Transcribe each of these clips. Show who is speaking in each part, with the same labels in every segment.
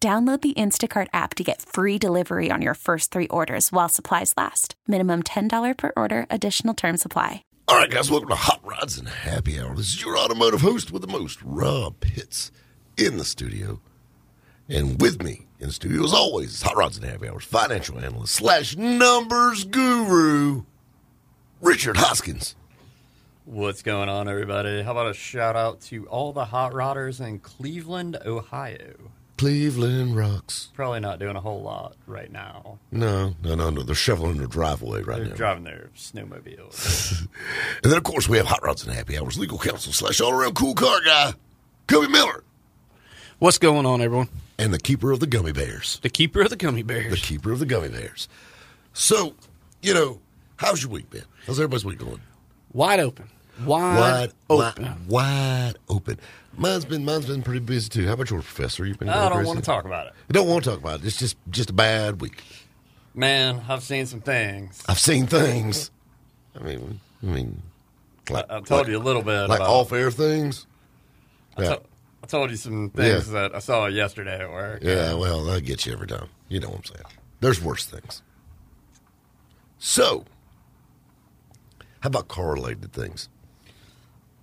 Speaker 1: Download the Instacart app to get free delivery on your first three orders while supplies last. Minimum $10 per order, additional term supply.
Speaker 2: All right, guys, welcome to Hot Rods and Happy Hour. This is your automotive host with the most, Rob Pitts, in the studio. And with me in the studio, as always, is Hot Rods and Happy Hours financial analyst slash numbers guru, Richard Hoskins.
Speaker 3: What's going on, everybody? How about a shout out to all the Hot Rodders in Cleveland, Ohio?
Speaker 2: Cleveland rocks.
Speaker 3: Probably not doing a whole lot right now.
Speaker 2: No, no, no, no. They're shoveling their driveway right
Speaker 3: They're
Speaker 2: now.
Speaker 3: driving their snowmobile.
Speaker 2: and then, of course, we have Hot Rods and Happy Hours legal counsel slash all around cool car guy, Cubby Miller,
Speaker 4: What's going on, everyone?
Speaker 2: and the keeper of the gummy bears.
Speaker 4: The keeper of the gummy
Speaker 2: The
Speaker 4: bears.
Speaker 2: keeper of the gummy bears. So, you know, how's your week been? How's everybody's week going?
Speaker 4: wide open. Wide,
Speaker 2: Wide,
Speaker 4: open.
Speaker 2: Wide, wide open. Mine's been mine's been pretty busy too. How about your professor? You've been.
Speaker 3: I
Speaker 2: going
Speaker 3: don't want to
Speaker 2: crazy?
Speaker 3: talk about it.
Speaker 2: I don't want to talk about it. It's just just a bad week.
Speaker 3: Man, I've seen some things.
Speaker 2: I've seen things. I mean, I mean, like,
Speaker 3: I told
Speaker 2: like-
Speaker 3: you a little bit
Speaker 2: like
Speaker 3: about
Speaker 2: all fair things.
Speaker 3: I,
Speaker 2: Yeah,
Speaker 3: to- I told you some things
Speaker 2: Yeah.
Speaker 3: that I saw yesterday at work.
Speaker 2: yeah. Well, I get you every time. You know what I'm saying? There's worse things. So, how about correlated things?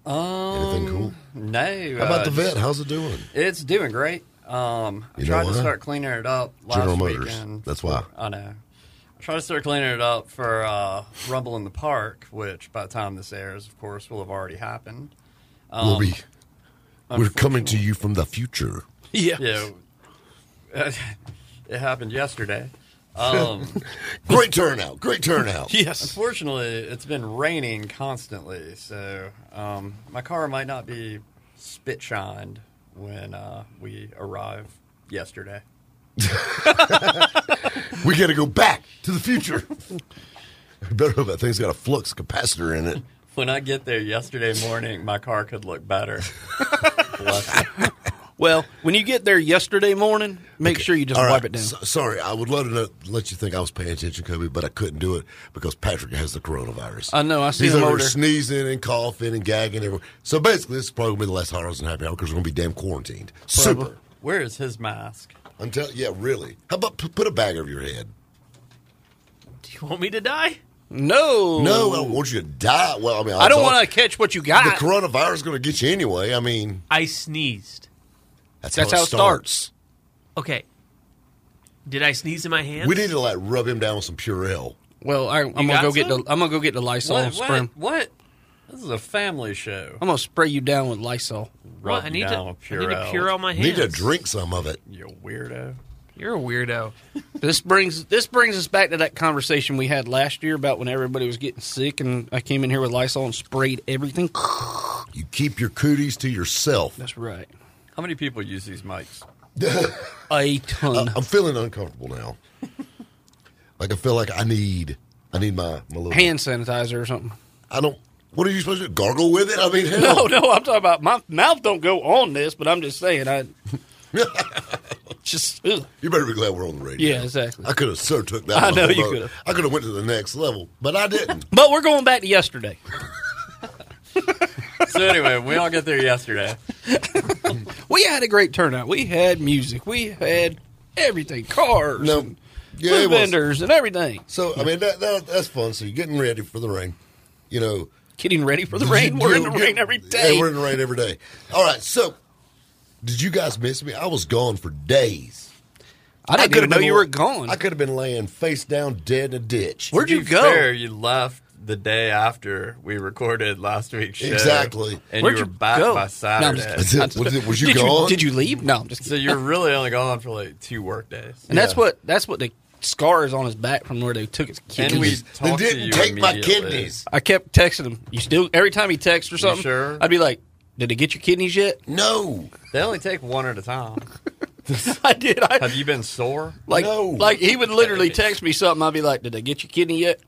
Speaker 3: Um,
Speaker 2: Anything cool?
Speaker 3: no.
Speaker 2: How about
Speaker 3: uh,
Speaker 2: the vet?
Speaker 3: just-
Speaker 2: How's it doing?
Speaker 3: It's doing great. Um, I
Speaker 2: You know
Speaker 3: tried to
Speaker 2: why?
Speaker 3: start cleaning it up last
Speaker 2: General Motors.
Speaker 3: weekend.
Speaker 2: That's why.
Speaker 3: I know. I tried to start cleaning it up for uh, Rumble in the Park, which by the time this airs, of course, will have already happened. um,
Speaker 2: we'll be, we're coming to you from the future.
Speaker 4: Yeah.
Speaker 3: Yeah. it happened yesterday. Um,
Speaker 2: Great turnout. Great turnout.
Speaker 4: Yes.
Speaker 3: Fortunately, it's been raining constantly, so um, my car might not be spit shined when uh, we arrive yesterday.
Speaker 2: We got to go back to the future. I better hope that thing's got a flux capacitor in it.
Speaker 3: When I get there yesterday morning, my car could look better. Bless you.
Speaker 4: Well, when you get there yesterday morning, make sure you just
Speaker 2: All
Speaker 4: wipe
Speaker 2: right.
Speaker 4: it down.
Speaker 2: So- sorry, I would love to know, let you think I was paying attention, Kobe, but I couldn't do it because Patrick has the coronavirus.
Speaker 4: I know, I see
Speaker 2: He's
Speaker 4: him
Speaker 2: over
Speaker 4: over
Speaker 2: there
Speaker 4: there.
Speaker 2: sneezing and coughing and gagging everywhere. So basically, this is probably gonna be the last hot hours and happy hour because we're gonna be damn quarantined. Super.
Speaker 3: Where is his mask?
Speaker 2: I'm telling. Yeah, really. How about p- put a bag over your head?
Speaker 5: Do you want me to die?
Speaker 4: no.
Speaker 2: No, I don't want you to die. Well, I mean,
Speaker 4: I don't
Speaker 2: thought-
Speaker 4: want to catch what you got.
Speaker 2: The coronavirus is going to get you anyway. I mean,
Speaker 5: I sneezed.
Speaker 2: that's,
Speaker 4: That's
Speaker 2: how,
Speaker 4: how
Speaker 2: it
Speaker 4: it
Speaker 2: starts.
Speaker 5: Okay. Did I sneeze in my hand?
Speaker 2: We need to like rub him down with some Purell.
Speaker 4: well, I, I'm
Speaker 5: You
Speaker 4: gonna
Speaker 5: got
Speaker 4: go get the.
Speaker 5: some?
Speaker 4: I'm gonna go get the Lysol
Speaker 3: What,
Speaker 4: spray.
Speaker 3: what? What? This is a family show.
Speaker 4: I'm gonna spray you down with Lysol.
Speaker 5: What?
Speaker 3: Rub
Speaker 5: I
Speaker 3: you
Speaker 5: need
Speaker 3: down
Speaker 5: to.
Speaker 3: with
Speaker 5: I need to
Speaker 3: Purell.
Speaker 5: Purell my hands.
Speaker 2: Need to drink some of it.
Speaker 3: You weirdo.
Speaker 5: You're a weirdo.
Speaker 4: This brings this brings us back to that conversation we had last year about when everybody was getting sick, and I came in here with Lysol and sprayed everything.
Speaker 2: You keep your cooties to yourself.
Speaker 4: That's right.
Speaker 3: How many people use these mics?
Speaker 4: A ton.
Speaker 2: Uh, I'm feeling uncomfortable now. like I feel like I need, I need my my little
Speaker 4: Hand sanitizer or something.
Speaker 2: I don't. What are you supposed to do? Gargle with it? I mean, hell.
Speaker 4: No, no, I'm talking about my mouth don't go on this, but I'm just saying I just ugh.
Speaker 2: You better be glad we're on the radio.
Speaker 4: Yeah, exactly.
Speaker 2: I could have so took that.
Speaker 4: I
Speaker 2: one a
Speaker 4: know
Speaker 2: whole
Speaker 4: you
Speaker 2: nother-
Speaker 4: could've.
Speaker 2: I could have went to the next level, but I didn't.
Speaker 4: But we're going back to yesterday.
Speaker 3: So anyway, we all get there yesterday.
Speaker 4: We had a great turnout. We had music. We had everything. Cars.
Speaker 2: no.
Speaker 4: and
Speaker 2: Yeah,
Speaker 4: food
Speaker 2: it was.
Speaker 4: vendors and everything.
Speaker 2: So I mean, that, that that's fun. So you're getting ready for the rain. You know,
Speaker 4: Getting ready for the
Speaker 2: Did
Speaker 4: rain.
Speaker 2: you-
Speaker 4: We're in
Speaker 2: you-
Speaker 4: the
Speaker 2: you-
Speaker 4: rain every
Speaker 2: Yeah,
Speaker 4: day.
Speaker 2: we're in the rain every day. All right, so did you guys miss me? I was gone for days.
Speaker 4: I didn't even
Speaker 2: could've
Speaker 4: know
Speaker 2: been
Speaker 4: you
Speaker 2: la-
Speaker 4: were gone.
Speaker 2: I could have been laying face down dead in a ditch.
Speaker 4: Where'd
Speaker 3: To
Speaker 4: you
Speaker 3: be
Speaker 4: go?
Speaker 3: Fair, you left the day after we recorded last week's show.
Speaker 2: Exactly.
Speaker 3: And
Speaker 4: Where'd
Speaker 3: you were
Speaker 4: you
Speaker 3: back
Speaker 4: go?
Speaker 3: by
Speaker 4: No, I'm just
Speaker 2: That's
Speaker 3: Saturday.
Speaker 2: it. Was, it- was you
Speaker 4: did
Speaker 2: gone?
Speaker 4: You, did you leave? No, I'm just
Speaker 3: so
Speaker 4: kidding.
Speaker 3: you're really only gone for like two work days.
Speaker 4: And that's
Speaker 2: Yeah.
Speaker 4: what that's what the scar is on his back from where they took his kidneys.
Speaker 3: And we
Speaker 2: They
Speaker 3: talked to
Speaker 2: didn't
Speaker 3: you
Speaker 2: take my
Speaker 3: immediately.
Speaker 2: kidneys.
Speaker 4: I kept texting him. You still every time he texts or something,
Speaker 3: sure?
Speaker 4: I'd be like, "Did they get your kidneys yet?"
Speaker 2: No.
Speaker 3: They only take one at a time.
Speaker 4: I did. I
Speaker 3: Have you been sore?
Speaker 4: like
Speaker 2: No.
Speaker 4: like he would literally text me something. I'd be like, "Did they get your kidney yet?"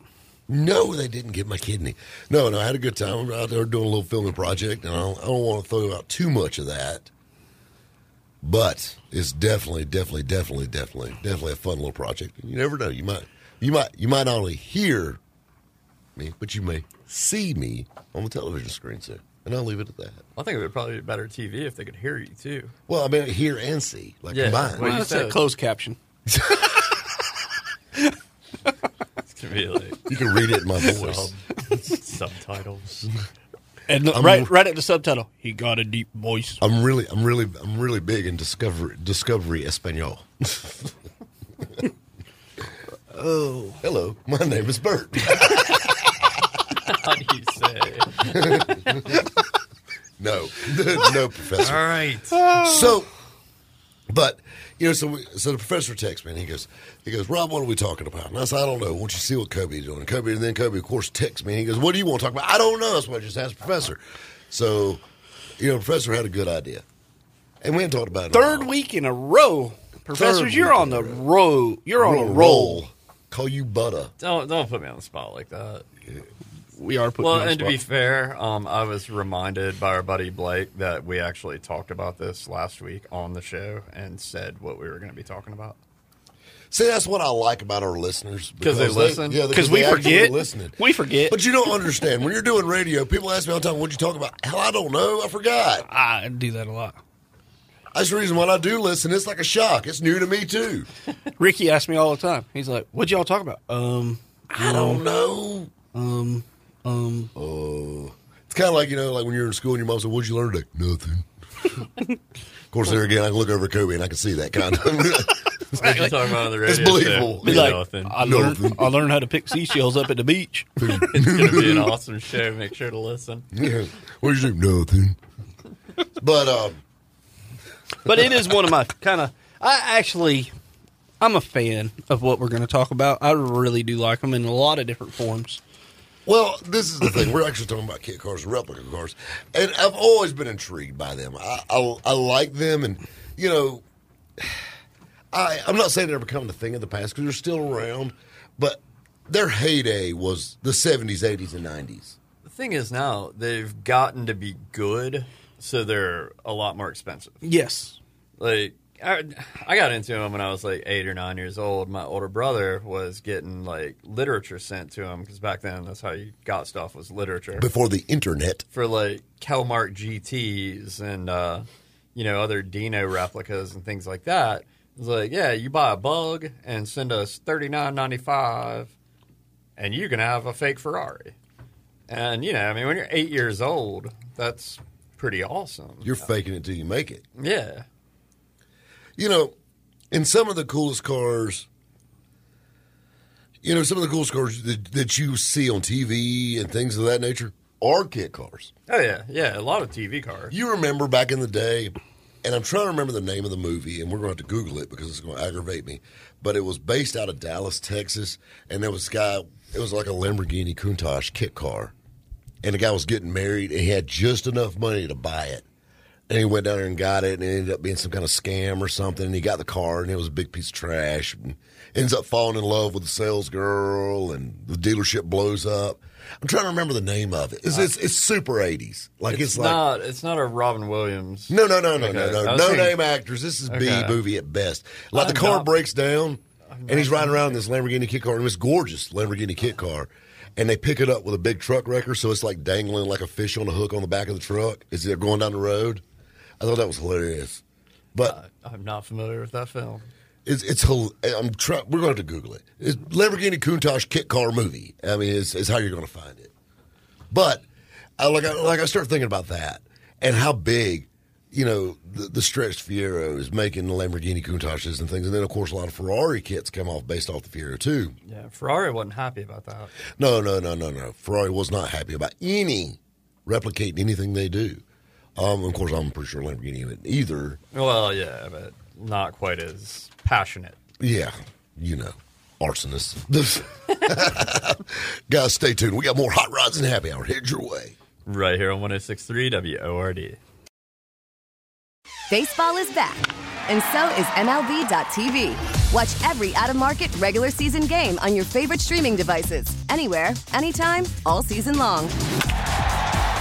Speaker 2: No, they didn't get my kidney. No, no, I had a good time. We were out there doing a little filming project, and I don't, I don't want to throw out too much of that. But it's definitely, definitely, definitely, definitely, definitely a fun little project. You never know. You might, you might, you might not only hear me, but you may see me on the television screen soon. And I'll leave it at that.
Speaker 3: I think it would probably be better TV if they could hear you too.
Speaker 2: Well, I mean, hear and see, like
Speaker 3: Yeah.
Speaker 2: combined.
Speaker 3: Well, you
Speaker 4: that's
Speaker 3: said-
Speaker 4: a closed caption.
Speaker 3: It's gonna be like
Speaker 2: You can read it in my voice.
Speaker 3: subtitles.
Speaker 4: And look,
Speaker 2: I'm-
Speaker 4: right right at the subtitle, he got a deep voice.
Speaker 2: I'm really, I'm really, I'm really big in discovery, discovery Espanol. oh, hello, my name is Bert.
Speaker 3: How do you say?
Speaker 2: no, no, professor.
Speaker 3: All right.
Speaker 2: So, but you know, so we, so the professor texts me and he goes, he goes, Rob, what are we talking about? And I said, I don't know. Won't you see what Kobe's doing? And Kobe, and then Kobe, of course, texts me and he goes, What do you want to talk about? I don't know. That's what I just asked the professor. So, you know, the professor had a good idea, and we hadn't talked about it. in a
Speaker 4: Third
Speaker 2: while.
Speaker 4: week in a row, professors.
Speaker 2: week
Speaker 4: You're on
Speaker 2: in a
Speaker 4: the roll. You're on a roll.
Speaker 2: Call you butter.
Speaker 3: Don't don't put me on the spot like that.
Speaker 4: We are putting.
Speaker 3: Well,
Speaker 4: you on the
Speaker 3: and to be
Speaker 4: spot.
Speaker 3: fair, um, I was reminded by our buddy Blake that we actually talked about this last week on the show and said what we were going to be talking about.
Speaker 2: See, that's what I like about our listeners
Speaker 3: 'Cause they listen?
Speaker 2: yeah,
Speaker 4: 'Cause we
Speaker 2: they actually
Speaker 4: forget.
Speaker 2: Listening,
Speaker 4: We forget.
Speaker 2: But you don't understand when you're doing radio. People ask me all the time, "What you talking about?" Hell, I don't know. I forgot.
Speaker 4: I do that a lot.
Speaker 2: That's the reason when I do listen, it's like a shock. It's new to me too.
Speaker 4: Ricky asked me all the time. He's like, "What'd y'all talk about?" Um,
Speaker 2: I don't know. Uh,
Speaker 4: um, um.
Speaker 2: It's kind of like you know, like when you're in school and your mom said, "What'd you learn today?" Nothing. of course, there again, I can look over at Kobe and I can see that kind of.
Speaker 3: What you talking about on the radio?
Speaker 2: It's believable.
Speaker 3: show?
Speaker 2: Be
Speaker 4: Be
Speaker 3: Yeah,
Speaker 4: like,
Speaker 3: nothing.
Speaker 4: I
Speaker 2: Nothing.
Speaker 4: learned, I learned how to pick seashells up at the beach.
Speaker 3: it's going to be an awesome show. Make sure to listen.
Speaker 2: yeah. What'd you do? Nothing. But um,
Speaker 4: But it is one of my kind of. I actually, I'm a fan of what we're going to talk about. I really do like them in a lot of different forms.
Speaker 2: Well, this is the thing. We're actually talking about kit cars and replica cars, and I've always been intrigued by them. I, I, I like them, and you know, I I'm not saying they're becoming the thing of the past because they're still around, but their heyday was the 70s, 80s, and 90s.
Speaker 3: The thing is now they've gotten to be good, so they're a lot more expensive.
Speaker 4: Yes,
Speaker 3: Like I, I got into them when I was like eight or nine years old. My older brother was getting like literature sent to him because back then that's how you got stuff was literature
Speaker 2: Before the internet,
Speaker 3: for like Kelmark GTS and uh, you know other Dino replicas and things like that. It's like, yeah, you buy a bug and send us thirty nine ninety five, and you can have a fake Ferrari. And you know, I mean, when you're eight years old, that's pretty awesome.
Speaker 2: you're faking it till you make it.
Speaker 3: yeah,
Speaker 2: you know, in some of the coolest cars, you know, some of the coolest cars that, that you see on TV and things of that nature are kit cars.
Speaker 3: oh yeah, yeah. A lot of TV cars.
Speaker 2: You remember back in the day, and I'm trying to remember the name of the movie, and we're going to have to Google it because it's going to aggravate me. But it was based out of Dallas, Texas, and there was a guy. It was like a Lamborghini Countach kit car, and the guy was getting married, and he had just enough money to buy it. And he went down there and got it, and it ended up being some kind of scam or something. And he got the car, and it was a big piece of trash. And ends up falling in love with the sales girl, and the dealership blows up. I'm trying to remember the name of it. It's, it's, it's super 80s. Like it's,
Speaker 3: It's
Speaker 2: like
Speaker 3: not. It's not a Robin Williams.
Speaker 2: no, no, no, no,
Speaker 3: Okay.
Speaker 2: no,
Speaker 3: I
Speaker 2: no.
Speaker 3: was
Speaker 2: No
Speaker 3: thinking-
Speaker 2: name actors. This is B
Speaker 3: Okay.
Speaker 2: movie at best. Like the
Speaker 3: I'm
Speaker 2: car
Speaker 3: not-
Speaker 2: breaks down, and he's riding around in this Lamborghini kit car, and it's gorgeous Lamborghini kit car. And they pick it up with a big truck wrecker, so it's like dangling like a fish on a hook on the back of the truck as they're going down the road. I thought that was hilarious,
Speaker 3: Uh,
Speaker 2: but
Speaker 3: I'm not familiar with that film.
Speaker 2: it's it's hil- I'm try, we're going to have to Google it. It's Lamborghini Countach kit car movie. I mean, is is how you're going to find it. But I like I, like I start thinking about that and how big you know, the, the stretched Fiero is making the Lamborghini Countaches and things. And then, of course, a lot of Ferrari kits come off based off the Fiero, too.
Speaker 3: Yeah, Ferrari wasn't happy about that.
Speaker 2: No, no, no, no, no. Ferrari was not happy about any replicating anything they do. Um, of course, I'm pretty sure Lamborghini would either.
Speaker 3: Well, yeah, but not quite as passionate.
Speaker 2: Yeah, you know, arsonists. Guys, stay tuned. We got more hot rods and happy hour headed your way.
Speaker 3: Right here on 1063 WORD.
Speaker 6: Baseball is back, and so is MLB.tv. Watch every out of market regular season game on your favorite streaming devices, anywhere, anytime, all season long.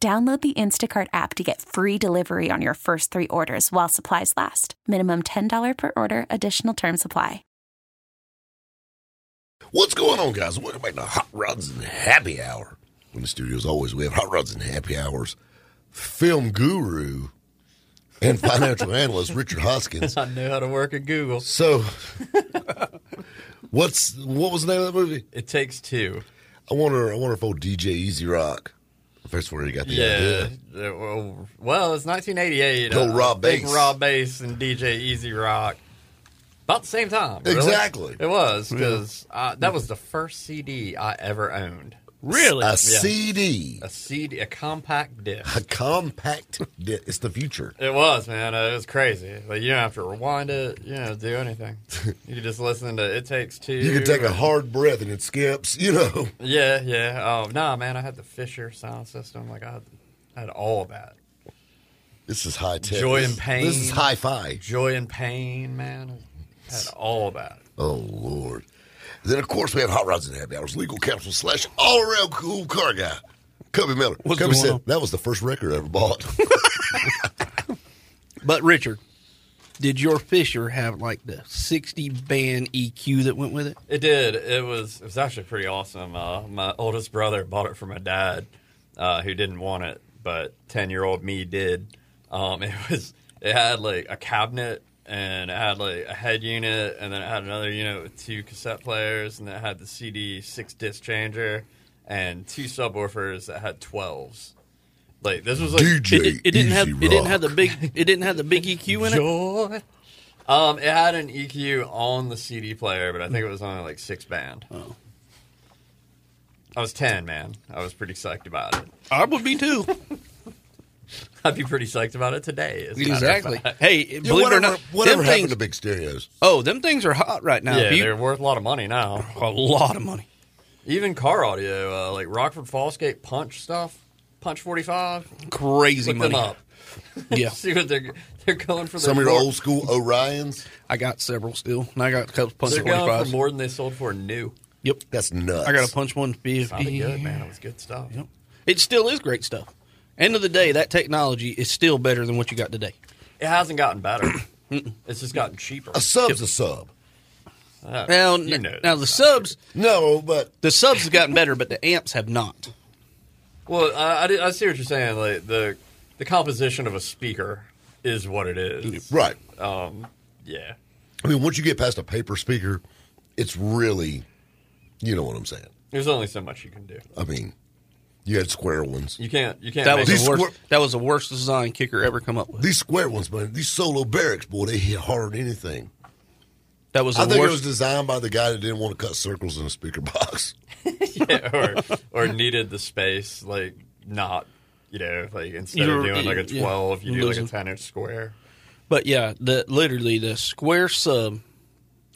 Speaker 1: Download the Instacart app to get free delivery on your first three orders while supplies last. Minimum $10 per order, additional term supply.
Speaker 2: What's going on, guys? Welcome back to Hot Rods and Happy Hour. In the studio, as always, we have Hot Rods and Happy Hours film guru and financial analyst Richard Hoskins.
Speaker 3: I knew how to work at Google.
Speaker 2: So, what's what was the name of that movie?
Speaker 3: It takes two.
Speaker 2: I wonder. I wonder if old DJ Easy Rock. if That's where he got the
Speaker 3: Yeah. Uh,
Speaker 2: idea.
Speaker 3: Well, well, it's 1988.
Speaker 2: Go Rob
Speaker 3: Big
Speaker 2: Bass.
Speaker 3: Rob Bass and DJ Easy Rock. About the same time. really.
Speaker 2: Exactly.
Speaker 3: It was, because that was the first CD I ever owned.
Speaker 4: Really?
Speaker 2: A CD,
Speaker 3: A CD, a compact disc.
Speaker 2: a compact. Di- it's the future.
Speaker 3: It was, man. Uh, it was crazy. Like you don't have to rewind it. You don't have to do anything. you can just listen to "It Takes Two.
Speaker 2: You can take a hard breath and it skips. You know.
Speaker 3: Yeah, yeah. Oh, nah, man. I had the Fisher sound system. Like I had, I had all that.
Speaker 2: This is high tech.
Speaker 3: Joy
Speaker 2: This-
Speaker 3: and pain.
Speaker 2: This is hi fi.
Speaker 3: Joy and pain, man. I had all that.
Speaker 2: Oh Lord. Then of course we have Hot Rods and Happy Hours, legal counsel slash all around cool car guy. Cubby Miller.
Speaker 4: What's
Speaker 2: Cubby
Speaker 4: going
Speaker 2: said
Speaker 4: on?
Speaker 2: that was the first record I ever bought.
Speaker 4: But Richard, did your Fisher have like the sixty band EQ that went with it?
Speaker 3: It did. It was. It was actually pretty awesome. Uh, my oldest brother bought it for my dad, uh, who didn't want it, but ten-year-old me did. Um, it was. It had like a cabinet, and it had like a head unit, and then it had another unit with two cassette players, and it had the CD six disc changer, and two subwoofers that had twelves. Like this was like
Speaker 2: DJ.
Speaker 4: It, it didn't have.
Speaker 2: Easy
Speaker 4: It didn't have the
Speaker 2: Rock.
Speaker 4: big. It didn't have the big EQ in it.
Speaker 3: joy. Um, it had an EQ on the CD player, but I think it was only like six band.
Speaker 4: Oh.
Speaker 3: I was ten, man. I was pretty psyched about it.
Speaker 4: I would be too.
Speaker 3: I'd be pretty psyched about it today. as a matter of
Speaker 4: Exactly.
Speaker 3: fact.
Speaker 4: Hey,
Speaker 2: Yeah,
Speaker 4: believe
Speaker 2: whatever
Speaker 4: it or not,
Speaker 2: whatever
Speaker 4: them
Speaker 2: happened
Speaker 4: things,
Speaker 2: to big stereos?
Speaker 4: oh, them things are hot right now.
Speaker 3: Yeah,
Speaker 4: If you-
Speaker 3: they're worth a lot of money now.
Speaker 4: a lot of money.
Speaker 3: Even car audio, uh, like Rockford Fallscape Punch stuff, Punch forty five.
Speaker 4: Crazy
Speaker 3: Look
Speaker 4: money.
Speaker 3: them up.
Speaker 4: Yeah,
Speaker 3: See what they're they're going for.
Speaker 2: Some of
Speaker 3: their
Speaker 2: your
Speaker 3: more-
Speaker 2: old school Orions.
Speaker 4: I got several still, and I got a couple punch
Speaker 3: They're
Speaker 4: forty
Speaker 3: going for
Speaker 4: fives.
Speaker 3: more than they sold for new.
Speaker 4: Yep,
Speaker 2: That's nuts.
Speaker 4: I got a punch one
Speaker 3: Probably
Speaker 4: fifty.
Speaker 3: good, man. It was good stuff.
Speaker 4: Yep. It still is great stuff. End of the day, that technology is still better than what you got today.
Speaker 3: It hasn't gotten better. it's just gotten cheaper.
Speaker 2: A sub's a sub.
Speaker 3: Uh,
Speaker 4: Now,
Speaker 3: you know
Speaker 4: now the subs,
Speaker 2: No, but
Speaker 4: the subs have gotten better, but the amps have not.
Speaker 3: Well, I, I did- I see what you're saying. Like the the composition of a speaker is what it is.
Speaker 2: right.
Speaker 3: Um, yeah.
Speaker 2: I mean, once you get past a paper speaker, it's really, you know what I'm saying.
Speaker 3: There's only so much you can do.
Speaker 2: I mean, you had square ones.
Speaker 3: You can't. You can't.
Speaker 4: That
Speaker 3: make
Speaker 4: was
Speaker 2: These
Speaker 4: the
Speaker 3: it
Speaker 4: worst.
Speaker 2: squir-
Speaker 4: that was the worst design kicker ever come up with.
Speaker 2: These square ones, man. These solo barracks, boy, they hit harder than anything.
Speaker 4: That was the
Speaker 2: I think it was
Speaker 4: worst.
Speaker 2: designed by the guy that didn't want to cut circles in a speaker box.
Speaker 3: yeah, or or needed the space. Like not. You know, like instead of
Speaker 4: You're-
Speaker 3: doing like a
Speaker 4: yeah,
Speaker 3: twelve, you do like a
Speaker 4: losing.
Speaker 3: ten inch square.
Speaker 4: but yeah, the literally the square sub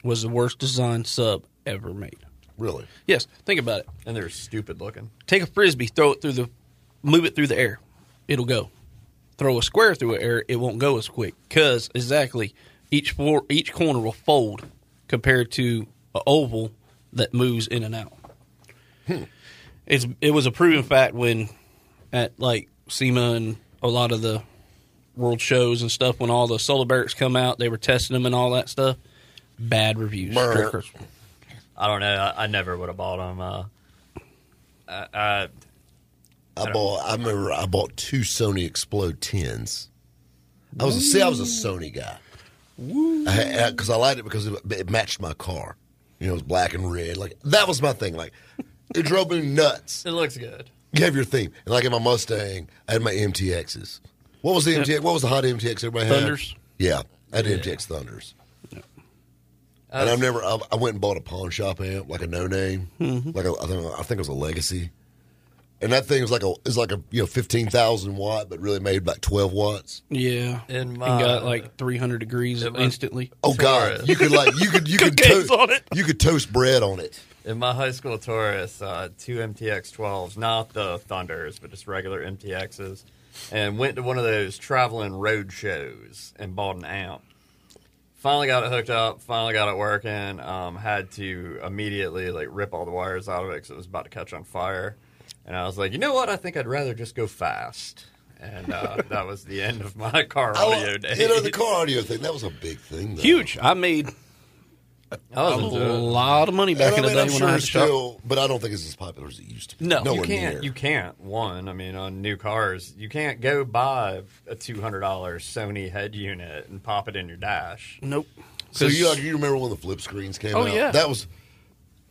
Speaker 4: was the worst design sub ever made.
Speaker 2: Really?
Speaker 4: Yes, think about it.
Speaker 3: And they're stupid looking.
Speaker 4: Take a frisbee, throw it through the, move it through the air. it'll go. Throw a square through an error, it won't go as quick because exactly each four, each corner will fold compared to an oval that moves in and out. It's it was a proven fact when at like SEMA and a lot of the world shows and stuff when all the solar barracks come out, they were testing them and all that stuff. Bad reviews.
Speaker 2: Brr.
Speaker 3: I don't know. I, I never would have bought them. Uh,
Speaker 2: I bought. I remember I bought two Sony Explode tens. I was a, see, I was a Sony guy. Because I, liked it because it, it matched my car. You know, it was black and red. Like that was my thing. Like it drove me nuts.
Speaker 3: it looks good.
Speaker 2: You have your theme, and like in my Mustang, I had my MTXs. What was the MTX? What was the hot MTX everybody had?
Speaker 4: Thunders.
Speaker 2: Yeah, I had MTX Thunders. And
Speaker 3: I
Speaker 4: Uh,
Speaker 3: was-
Speaker 2: I've never. I, I went and bought a pawn shop amp, like a no name,
Speaker 4: Mm-hmm.
Speaker 2: like a, I think I think it was a Legacy, and that thing was like a is like a you know fifteen thousand watt, but really made like twelve watts.
Speaker 4: Yeah.
Speaker 3: In
Speaker 4: and
Speaker 3: my-
Speaker 4: got like 300 degrees
Speaker 3: in my-
Speaker 4: instantly.
Speaker 2: Oh
Speaker 3: Torres.
Speaker 2: God, you could like you could you could
Speaker 4: Cupcakes
Speaker 2: toast
Speaker 4: on it.
Speaker 2: You could toast bread on it.
Speaker 3: In my high school Taurus, uh, two MTX 12s, not the Thunders, but just regular MTXs, and went to one of those traveling road shows and bought an amp. Finally got it hooked up, finally got it working. Um, had to immediately like rip all the wires out of it because it was about to catch on fire. And I was like, you know what? I think I'd rather just go fast. And uh, that was the end of my car audio
Speaker 2: I-
Speaker 3: days.
Speaker 2: you know the car audio thing that was a big thing. Though.
Speaker 4: Huge. I made
Speaker 3: I
Speaker 4: a
Speaker 3: was into it.
Speaker 4: lot of money back
Speaker 2: And I mean,
Speaker 4: in the day
Speaker 2: I'm
Speaker 4: when
Speaker 2: sure
Speaker 4: I had
Speaker 2: it's
Speaker 4: a shop.
Speaker 2: still, but I don't think it's as popular as it used to be.
Speaker 4: No.
Speaker 2: Nowhere
Speaker 3: you can't.
Speaker 2: near.
Speaker 3: You can't. One, I mean, on new cars, you can't go buy a two hundred dollars Sony head unit and pop it in your dash.
Speaker 4: Nope.
Speaker 2: So you,
Speaker 4: 'Cause
Speaker 2: like, you remember when the flip screens came
Speaker 4: Oh,
Speaker 2: out?
Speaker 4: yeah.
Speaker 2: That was.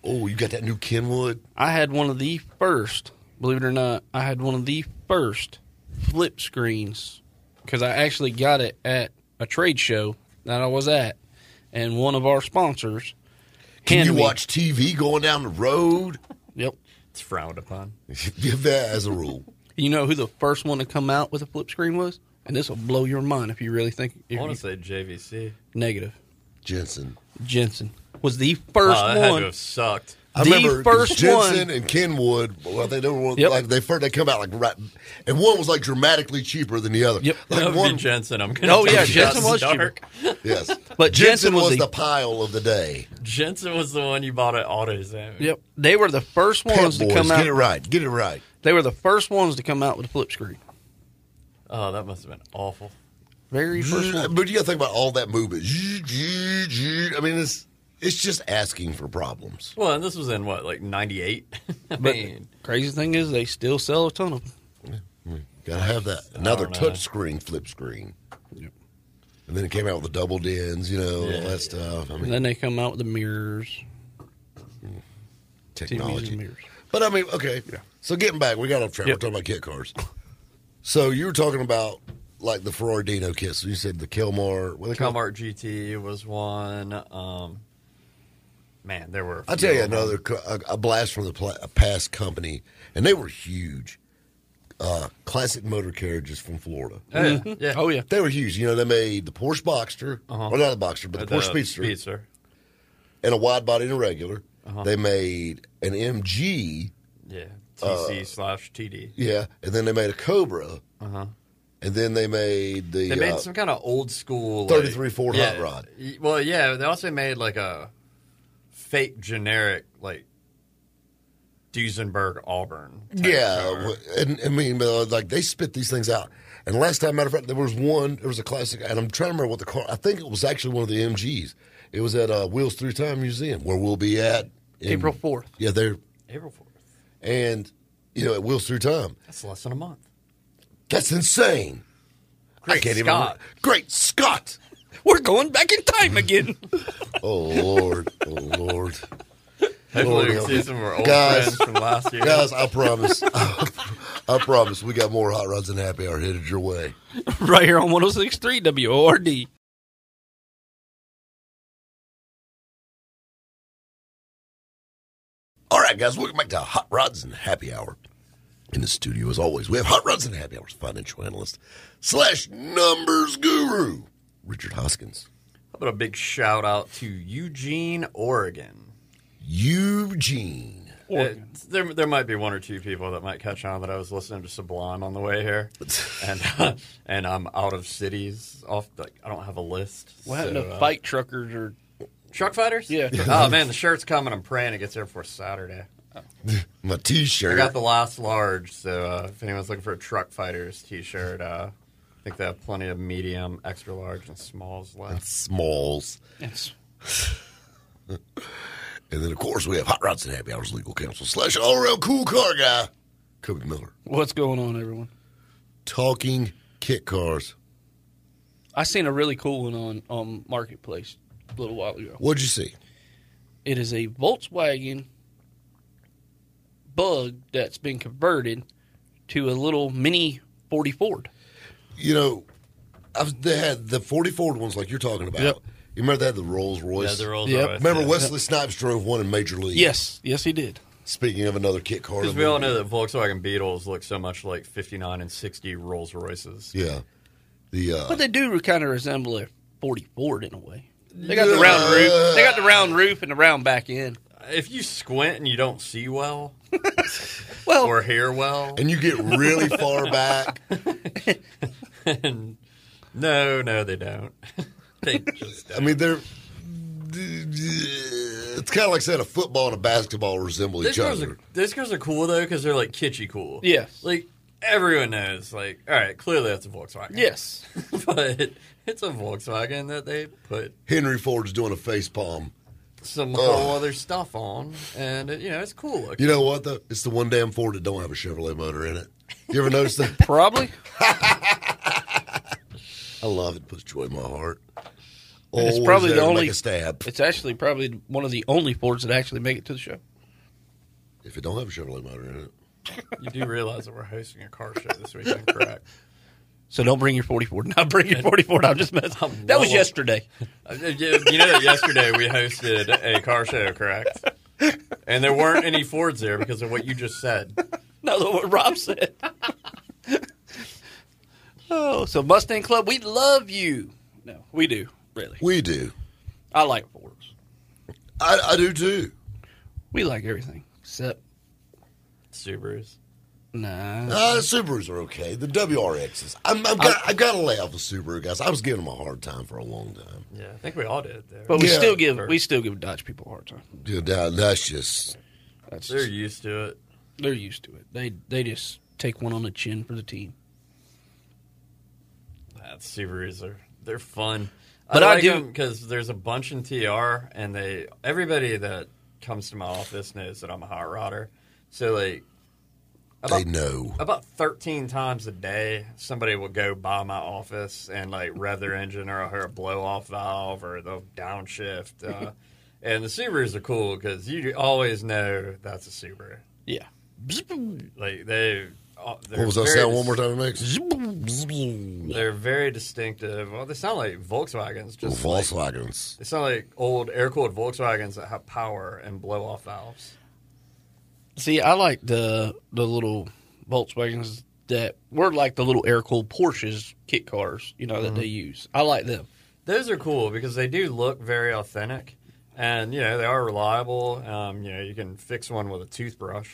Speaker 2: Oh, you got that new Kenwood.
Speaker 4: I had one of the first, believe it or not, I had one of the first flip screens because I actually got it at a trade show that I was at, and one of our sponsors.
Speaker 2: Can
Speaker 4: handed
Speaker 2: you
Speaker 4: me-
Speaker 2: watch TV going down the road?
Speaker 4: Yep.
Speaker 3: It's frowned upon.
Speaker 2: Give that as a rule.
Speaker 4: You know who the first one to come out with a flip screen was? And this will blow your mind if you really think.
Speaker 3: I
Speaker 4: If
Speaker 3: want
Speaker 4: you,
Speaker 3: to say JVC.
Speaker 4: negative.
Speaker 2: Jensen.
Speaker 4: Jensen was the first
Speaker 3: Wow, Oh, that had to
Speaker 4: one.
Speaker 3: have sucked.
Speaker 2: I
Speaker 4: The
Speaker 2: remember 'cause
Speaker 4: first
Speaker 2: Jensen
Speaker 4: one-
Speaker 2: and Kenwood. Well, they don't want
Speaker 4: Yep.
Speaker 2: like they first they come out like right, and one was like dramatically cheaper than the other.
Speaker 4: Yep.
Speaker 2: like
Speaker 3: That would
Speaker 2: one,
Speaker 3: be Jensen. I'm gonna.
Speaker 4: Oh,
Speaker 3: take
Speaker 4: yeah,
Speaker 3: a shot
Speaker 4: Jensen
Speaker 3: in
Speaker 4: was
Speaker 3: the dark.
Speaker 2: yes,
Speaker 4: But Jensen was
Speaker 2: was,
Speaker 4: the-
Speaker 2: the pile of the day.
Speaker 3: Jensen was the one you bought at AutoZone.
Speaker 4: Yep, they were the first
Speaker 2: Pep
Speaker 4: ones to
Speaker 2: boys,
Speaker 4: come
Speaker 2: get it
Speaker 4: out.
Speaker 2: right, get it right.
Speaker 4: They were the first ones to come out with a flip screen.
Speaker 3: Oh, that must have been awful.
Speaker 4: Very first one.
Speaker 2: But you got to think about all that movement. I mean, it's it's just asking for problems.
Speaker 3: Well, and this was in what, like '98? I
Speaker 4: But
Speaker 3: mean,
Speaker 4: crazy thing is, they still sell a ton of them.
Speaker 2: Got to have that another
Speaker 3: I don't know.
Speaker 2: touch screen, flip screen. And then it came out with the double dens, you know, and all
Speaker 3: Yeah.
Speaker 2: that stuff. I
Speaker 4: And
Speaker 2: mean,
Speaker 4: then they come out with the mirrors, TVs,
Speaker 2: technology.
Speaker 4: and mirrors.
Speaker 2: But I mean, okay. So getting back, we got off track.
Speaker 4: Yep.
Speaker 2: We're talking about kit cars. So you were talking about like the Ferrari Dino kits. You said the Kelmar. What they call
Speaker 3: Comart GT E was one. Um, man, there were. a
Speaker 2: I'll
Speaker 3: few
Speaker 2: tell you
Speaker 3: of them.
Speaker 2: another co- a, a blast from the pla- a past company, and they were huge. Uh, classic motor carriages from Florida.
Speaker 3: Oh, yeah, yeah.
Speaker 4: Oh yeah,
Speaker 2: They were huge. You know, they made the Porsche Boxster,
Speaker 3: Uh-huh.
Speaker 2: or not the Boxster, but the, Porsche Speedster,
Speaker 3: uh, Speedster. Uh-huh.
Speaker 2: and a wide body and a regular. They made an MG,
Speaker 3: Yeah.
Speaker 2: Uh,
Speaker 3: TC slash TD.
Speaker 2: yeah, and then they made a Cobra, and then they made the
Speaker 3: Uh-huh. They
Speaker 2: uh,
Speaker 3: made some kind of old school like-
Speaker 2: 33 Ford
Speaker 3: yeah,
Speaker 2: hot rod.
Speaker 3: y- Well, yeah. They also made like a fake generic like Duesenberg Auburn. type
Speaker 2: Yeah,
Speaker 3: car.
Speaker 2: w- and I mean, uh, like they spit these things out. And last time, matter of fact, there was one. There was a classic, and I'm trying to remember what the car. I think it was actually one of the MGs. It was at uh, Wheels Through Time Museum, where we'll be at in-
Speaker 4: April fourth.
Speaker 2: Yeah, there,
Speaker 3: April fourth.
Speaker 2: and you know, at Wheels Through Time.
Speaker 3: That's less than a month.
Speaker 2: That's insane.
Speaker 3: Great Scott.
Speaker 2: even. Great Scott.
Speaker 4: We're going back in time again.
Speaker 2: Oh Lord, oh Lord,
Speaker 3: Hopefully, we
Speaker 2: Lord,
Speaker 3: see some of our old
Speaker 2: guys.
Speaker 3: friends from last year.
Speaker 2: guys, I promise, I promise, we got more hot rods and happy hour headed your way.
Speaker 4: right here on 106.3 WORD.
Speaker 2: All right, guys, welcome back to Hot Rods and Happy Hour. In the studio, as always, we have Hot Rods and Happy Hours financial analyst slash numbers guru, Richard Hoskins.
Speaker 3: How about a big shout out to Eugene, Oregon.
Speaker 2: Eugene.
Speaker 3: It, there, there might be one or two people that might catch on that I was listening to Sublime on the way here, and uh, and I'm out of cities. Off, like I don't have a list.
Speaker 4: What happened
Speaker 3: so,
Speaker 4: to
Speaker 3: uh,
Speaker 4: fight truckers or
Speaker 3: truck fighters?
Speaker 4: Yeah.
Speaker 3: oh man, the shirt's coming. I'm praying it gets here before Saturday.
Speaker 2: My
Speaker 3: I
Speaker 2: T-shirt.
Speaker 3: got the last large, so uh, if anyone's looking for a truck fighters T-shirt, uh, I think they have plenty of medium, extra large, and smalls left.
Speaker 2: Smalls. And then, of course, we have Hot Rods and Happy Hours Legal Counsel slash all around cool car guy, Cody Miller.
Speaker 4: what's going on, everyone?
Speaker 2: Talking kit cars.
Speaker 4: I seen a really cool one on um, Marketplace a little while ago.
Speaker 2: What'd you see?
Speaker 4: It is a Volkswagen Bug that's been converted to a little mini 40 Ford.
Speaker 2: You know, I've, they had the 40 Ford ones like you're talking about.
Speaker 4: Yep.
Speaker 2: You remember they had the Rolls Royce?
Speaker 3: Yeah, they're all
Speaker 4: Yep.
Speaker 2: Remember Wesley Snipes drove one in Major League?
Speaker 4: Yes, yes, he did.
Speaker 2: Speaking of another kit car.
Speaker 3: Because we all know that Volkswagen Beetles look so much like 59 and 60 Rolls Royces.
Speaker 2: Yeah. The, uh,
Speaker 4: But they do kind of resemble a 40 Ford in a way. They got the round roof. They got the round roof and the round back end.
Speaker 3: If you squint and you don't see well
Speaker 4: Well,
Speaker 3: or hear well,
Speaker 2: and you get really far back.
Speaker 3: no, no, they don't. they just
Speaker 2: I mean, they're. It's kind of like saying a football and a basketball resemble
Speaker 3: those
Speaker 2: each
Speaker 3: girls,
Speaker 2: other.
Speaker 3: are, those girls are cool though because they're like kitschy cool.
Speaker 4: Yes.
Speaker 3: like everyone knows. Like, all right, clearly that's a Volkswagen.
Speaker 4: yes.
Speaker 3: but it's a Volkswagen that they put
Speaker 2: Henry Ford's doing a face palm.
Speaker 3: some whole other stuff on, and it, you know it's cool
Speaker 2: You
Speaker 3: looking.
Speaker 2: know what though? It's the one damn Ford that don't have a Chevrolet motor in it. You ever notice that?
Speaker 4: Probably.
Speaker 2: I love it. Puts joy in my heart.
Speaker 4: it's
Speaker 2: Always
Speaker 4: probably
Speaker 2: there
Speaker 4: the
Speaker 2: to
Speaker 4: only-
Speaker 2: make a stab.
Speaker 4: It's actually probably one of the only Fords that actually make it to the show.
Speaker 2: If it don't have a Chevrolet motor in it,
Speaker 3: You do realize that we're hosting a car show this weekend, correct?
Speaker 4: So don't bring your 40 Ford. Not bring your 40 Ford. I'm just messing. That was
Speaker 3: well-
Speaker 4: yesterday.
Speaker 3: Uh, You you know that yesterday we hosted a car show, correct? And there weren't any Fords there because of what you just said.
Speaker 4: No, that's what Rob said. oh, so Mustang Club, we love you. No, we do really.
Speaker 2: we do.
Speaker 4: I like Fords.
Speaker 2: I, I do too.
Speaker 4: We like everything except
Speaker 3: Subarus.
Speaker 4: nah.
Speaker 2: Uh, Subarus are okay. The WRXs. I'm, I've got, I, got to lay off the Subaru guys. I was giving them a hard time for a long time.
Speaker 3: Yeah, I think we all did there.
Speaker 4: But we
Speaker 2: Yeah.
Speaker 4: still give we still give Dodge people a hard time.
Speaker 2: Dude, that- that's just
Speaker 4: That's
Speaker 3: They're
Speaker 4: just,
Speaker 3: used to it.
Speaker 4: they're used to it. They they just take one on the chin for the team.
Speaker 3: Nah, the Subarus are they're fun.
Speaker 4: But I
Speaker 3: like
Speaker 4: do-
Speaker 3: because there's a bunch in TR, and they everybody that comes to my office knows that I'm a hot rodder. So like
Speaker 2: they know.
Speaker 3: about 13 times a day somebody will go by my office and like rev their engine or her blow off valve or they'll downshift uh, and the subarus are cool because you always know that's a subaru
Speaker 4: Yeah.
Speaker 3: like they uh,
Speaker 2: What was that sound? One more time, Max.
Speaker 3: they're very distinctive well they sound like volkswagens just like-
Speaker 2: Volkswagens.
Speaker 3: they sound like old air-cooled volkswagens that have power and blow off valves
Speaker 4: See, I like the the little Volkswagens that were like the little air cooled Porsches kit cars, you know, that they use. I like them.
Speaker 3: Those are cool because they do look very authentic, and you know they are reliable. Um, you know you can fix one with a toothbrush.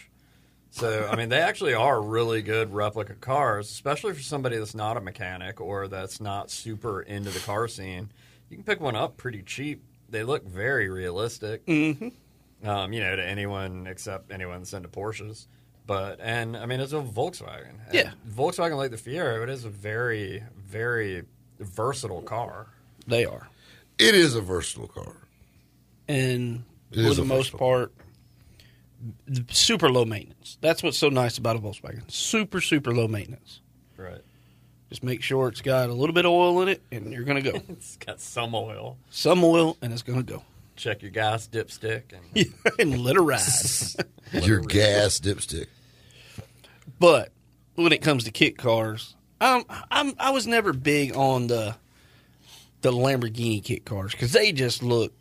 Speaker 3: So I mean they actually are really good replica cars, especially for somebody that's not a mechanic or that's not super into the car scene. You can pick one up pretty cheap. They look very realistic. Mm-hmm. Um, you know to anyone except anyone that's into Porsches. But and I mean it's a Volkswagen. And
Speaker 4: Yeah.
Speaker 3: Volkswagen like the Fiero, it is a very very versatile car.
Speaker 4: They are.
Speaker 2: It is a versatile car.
Speaker 4: and
Speaker 2: It
Speaker 4: for
Speaker 2: is
Speaker 4: the
Speaker 2: a
Speaker 4: most
Speaker 2: versatile
Speaker 4: part, th- super low maintenance. That's what's so nice about a Volkswagen. Super, super low maintenance.
Speaker 3: Right.
Speaker 4: Just make sure it's got a little bit of oil in it, and you're going to go.
Speaker 3: It's got some oil.
Speaker 4: Some oil, and it's going to go.
Speaker 3: Check your gas dipstick. And
Speaker 4: and let it ride.
Speaker 2: Your gas dipstick.
Speaker 4: But when it comes to kit cars, um, I'm I was never big on the the Lamborghini kit cars because they just look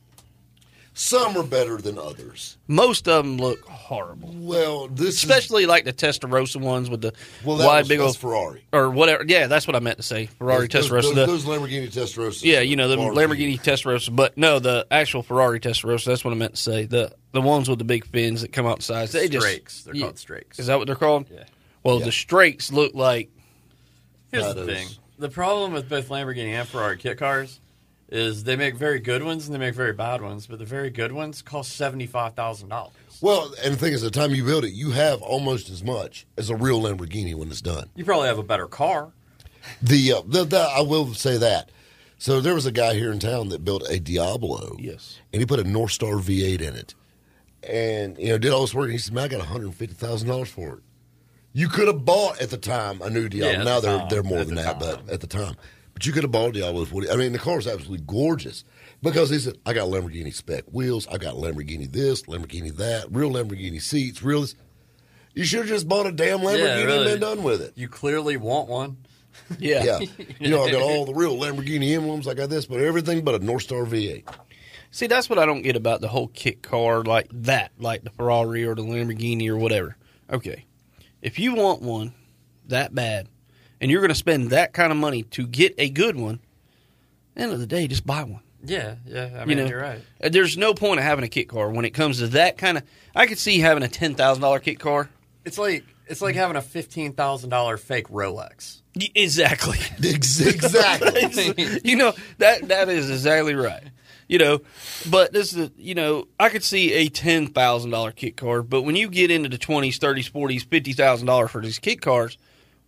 Speaker 2: Some are better than others.
Speaker 4: Most of them look horrible,
Speaker 2: Well, this is-
Speaker 4: especially like the Testarossa ones with the
Speaker 2: well, that
Speaker 4: wide
Speaker 2: was,
Speaker 4: big
Speaker 2: that's
Speaker 4: old
Speaker 2: Ferrari.
Speaker 4: or whatever. Yeah, that's what I meant to say. Ferrari
Speaker 2: those,
Speaker 4: Testarossa.
Speaker 2: Those,
Speaker 4: the-
Speaker 2: those Lamborghini Testarossa.
Speaker 4: yeah, you know the Lamborghini Testarossa, but no, the actual Ferrari Testarossa. That's what I meant to say. The the ones with the big fins that come out the sides. They just
Speaker 3: Strakes. They're called strakes.
Speaker 4: Is that what they're called?
Speaker 3: Yeah.
Speaker 4: Well, the Strakes look like
Speaker 3: Here's the
Speaker 2: That
Speaker 3: thing.
Speaker 2: is-
Speaker 3: The problem with both Lamborghini and Ferrari kit cars is they make very good ones and they make very bad ones, but the very good ones cost seventy five thousand dollars.
Speaker 2: Well, and the thing is, the time you build it, you have almost as much as a real Lamborghini when it's done.
Speaker 3: You probably have a better car.
Speaker 2: The, uh, the, the I will say that. So there was a guy here in town that built a Diablo.
Speaker 4: Yes.
Speaker 2: And he put a North Star V8 in it, and you know did all this work. And he said, "Man, I got one hundred fifty thousand dollars for it." You could have bought at the time a new Diablo.
Speaker 3: Yeah, at
Speaker 2: now
Speaker 3: the
Speaker 2: they're
Speaker 3: time.
Speaker 2: they're more
Speaker 3: At
Speaker 2: than
Speaker 3: the
Speaker 2: that,
Speaker 3: time.
Speaker 2: but at the time, but you could have bought a Diablo forty. I mean, the car was absolutely gorgeous because he said, "I got Lamborghini spec wheels. I got Lamborghini this, Lamborghini that, real Lamborghini seats, real." This. You should have just bought a damn Lamborghini
Speaker 3: really.
Speaker 2: and been done with it.
Speaker 3: You clearly want one.
Speaker 4: yeah.
Speaker 2: Yeah. You know, I got all the real Lamborghini emblems. I got this, but everything but a North Star V8.
Speaker 4: See, that's what I don't get about the whole kit car like that, like the Ferrari or the Lamborghini or whatever. Okay, if you want one that bad, and you're going to spend that kind of money to get a good one, end of the day, just buy one.
Speaker 3: Yeah, yeah. I mean,
Speaker 4: you know,
Speaker 3: you're right.
Speaker 4: Uh, There's no point of having a kit car when it comes to that kind of. I could see having a ten thousand dollar kit car.
Speaker 3: It's like it's like having a fifteen thousand dollar fake Rolex.
Speaker 4: Y- Exactly.
Speaker 2: Exactly.
Speaker 4: you know that that is exactly right. You know, but this is you know I could see a ten thousand dollar kit card, but when you get into the twenties, thirties, forties, fifty thousand dollars for these kit cards,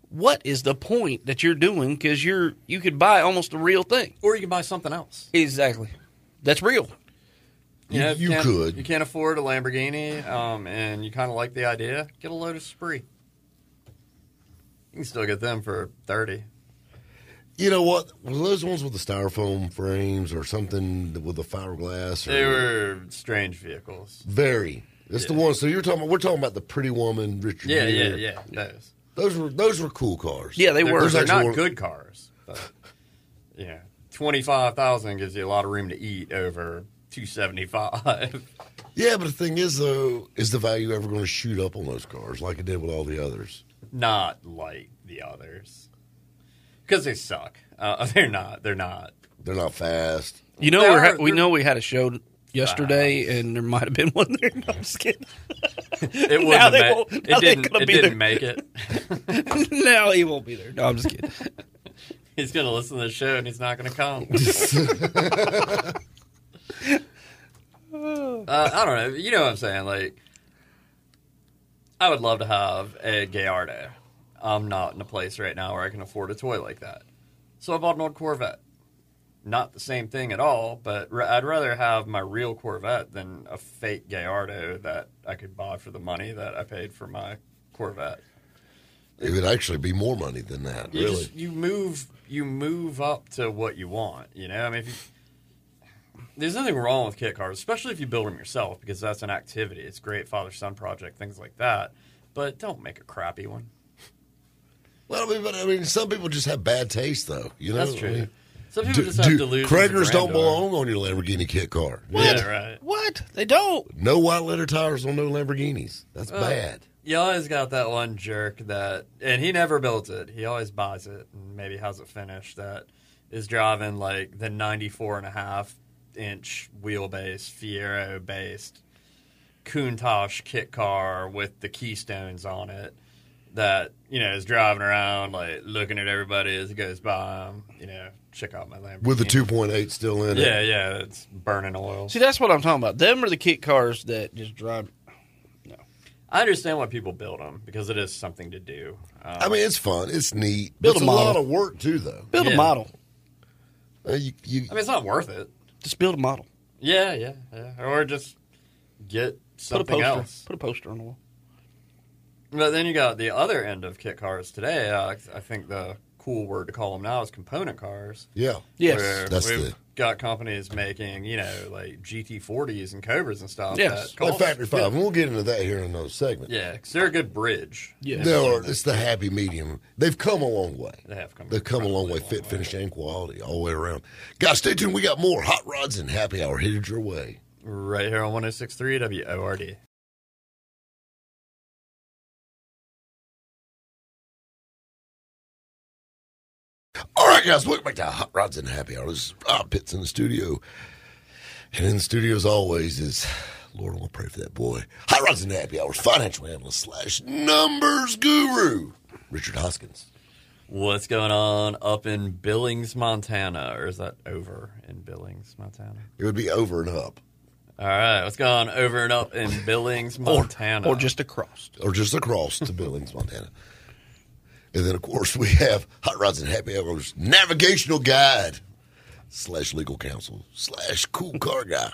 Speaker 4: what is the point that you're doing? Because you're you could buy almost a real thing.
Speaker 3: Or you can buy something else.
Speaker 4: Exactly, that's real.
Speaker 2: You-
Speaker 3: know, if
Speaker 2: you
Speaker 3: can't-
Speaker 2: could.
Speaker 3: You can't afford a Lamborghini, um, and you kind of like the idea. Get a Lotus Spree. You can still get them for thirty.
Speaker 2: you know what? Were those ones with the styrofoam frames or something with the fiberglass? Or
Speaker 3: They were strange vehicles.
Speaker 2: very. It's the ones. So you're talking. About, we're talking about the Pretty Woman, Richard.
Speaker 3: Yeah, yeah,
Speaker 2: Gere.
Speaker 3: yeah. Those.
Speaker 2: Those were those were cool cars.
Speaker 4: Yeah, they
Speaker 3: They're,
Speaker 4: were.
Speaker 2: There's
Speaker 3: they're
Speaker 2: actually
Speaker 3: not
Speaker 2: one-
Speaker 3: good cars. But, yeah, twenty five thousand gives you a lot of room to eat over two seventy five.
Speaker 2: Yeah, but the thing is, though, is the value ever going to shoot up on those cars like it did with all the others?
Speaker 3: not like the others because they suck. Uh, they're not. They're not.
Speaker 2: They're not fast.
Speaker 4: You know
Speaker 3: There
Speaker 4: we're ha-
Speaker 3: are-
Speaker 4: we
Speaker 3: there-
Speaker 4: know we had a show yesterday, and there might have been one there. No, I'm just kidding.
Speaker 3: It wasn't.
Speaker 4: they
Speaker 3: ma-
Speaker 4: won't- now
Speaker 3: it
Speaker 4: they're
Speaker 3: didn't.
Speaker 4: gonna
Speaker 3: It
Speaker 4: be
Speaker 3: didn't
Speaker 4: there.
Speaker 3: make it.
Speaker 4: no, he won't be there. No, I'm just kidding.
Speaker 3: He's gonna listen to the show and he's not gonna come. uh, I don't know. You know what I'm saying? Like, I would love to have a Gallardo. I'm not in a place right now where I can afford a toy like that, so I bought an old Corvette. Not the same thing at all, but r- I'd rather have my real Corvette than a fake Gallardo that I could buy for the money that I paid for my Corvette.
Speaker 2: It would actually be more money than that.
Speaker 3: You
Speaker 2: really.
Speaker 3: just you move you move up to what you want. You know, I mean, if you, there's nothing wrong with kit cars, especially if you build them yourself because that's an activity. It's great father son project, things like that. But don't make a crappy one.
Speaker 2: well, I mean, but I mean, some people just have bad taste, though. You know,
Speaker 3: That's
Speaker 2: I
Speaker 3: true.
Speaker 2: mean,
Speaker 3: Some people
Speaker 2: dude,
Speaker 3: just have
Speaker 2: dude,
Speaker 3: delusions. of
Speaker 2: Craigers don't
Speaker 3: grandeur.
Speaker 2: belong on your Lamborghini kit car.
Speaker 3: Yeah, right.
Speaker 4: What they don't?
Speaker 2: No white letter tires on no Lamborghinis. That's bad.
Speaker 3: You always got that one jerk that, and he never built it. He always buys it and maybe has it finished. That is driving like the 94 and a half inch wheelbase, Fiero based Countach kit car with the keystones on it. That you know is driving around like looking at everybody as he goes by. um, You know, check out my Lamborghini
Speaker 2: With the 2.8 still in
Speaker 3: Yeah,
Speaker 2: it.
Speaker 3: yeah, it's burning oil.
Speaker 4: See, that's what I'm talking about. Them are the kit cars that just drive.
Speaker 3: I understand why people build them because it is something to do. Um,
Speaker 2: I mean, it's fun. It's neat. but
Speaker 4: Build
Speaker 2: it's a
Speaker 4: a
Speaker 2: lot
Speaker 4: model.
Speaker 2: of work, too, though.
Speaker 4: Build
Speaker 3: Yeah.
Speaker 4: a model.
Speaker 2: Uh, you, you,
Speaker 3: I mean, it's not worth it.
Speaker 4: Just build a model.
Speaker 3: Yeah, yeah, yeah. Or just get
Speaker 4: Put a
Speaker 3: something
Speaker 4: poster.
Speaker 3: else.
Speaker 4: Put a poster on the wall.
Speaker 3: But then you got the other end of kit cars today. Uh, I think the cool word to call them now is component cars.
Speaker 2: yeah.
Speaker 4: Yes.
Speaker 3: where
Speaker 2: That's
Speaker 3: we've
Speaker 2: the-
Speaker 3: got companies making you know like GT40s and Cobras and stuff.
Speaker 4: Yes.
Speaker 3: that
Speaker 2: Like
Speaker 3: cost-
Speaker 2: Factory 5. And we'll get into that here in another segment.
Speaker 3: Yeah, 'cause they're a good bridge.
Speaker 4: Yeah.
Speaker 2: They are, it's the happy medium. They've come a long way.
Speaker 3: They have come.
Speaker 2: They've come a long way. Fit, finish, and quality all the way around. Guys, stay tuned. We got more Hot Rods and Happy Hour headed your way.
Speaker 3: Right here on 1063 WORD.
Speaker 2: All right, guys, welcome back to Hot Rods and Happy Hour. This is Rob Pitts in the studio. And in the studio, as always, is Lord, I'm going to pray for that boy. Hot Rods and Happy Hours, financial analyst slash numbers guru, Richard Hoskins.
Speaker 3: What's going on up in Billings, Montana? Or is that over in Billings, Montana?
Speaker 2: It would be over and up,
Speaker 3: All right, what's going on over and up in Billings, Montana?
Speaker 4: or just across.
Speaker 2: or just across to Billings, Montana. And then, of course, we have Hot Rods and Happy Hours navigational guide slash legal counsel slash cool car guy,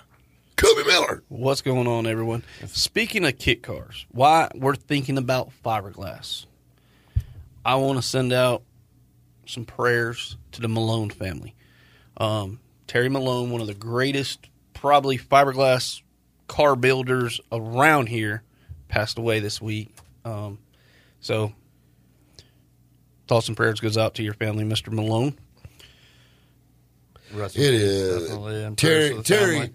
Speaker 2: Kobe Miller.
Speaker 4: What's going on, everyone? Speaking of kit cars, why we're thinking about fiberglass. I want to send out some prayers to the Malone family. Um, Terry Malone, one of the greatest, probably fiberglass car builders around here, passed away this week. Um, so, thoughts and prayers goes out to your family, Mr. Malone.
Speaker 3: Rest in
Speaker 2: It
Speaker 3: peace,
Speaker 2: is
Speaker 3: definitely, and prayers
Speaker 2: Terry.
Speaker 3: for the
Speaker 2: Terry.
Speaker 3: family.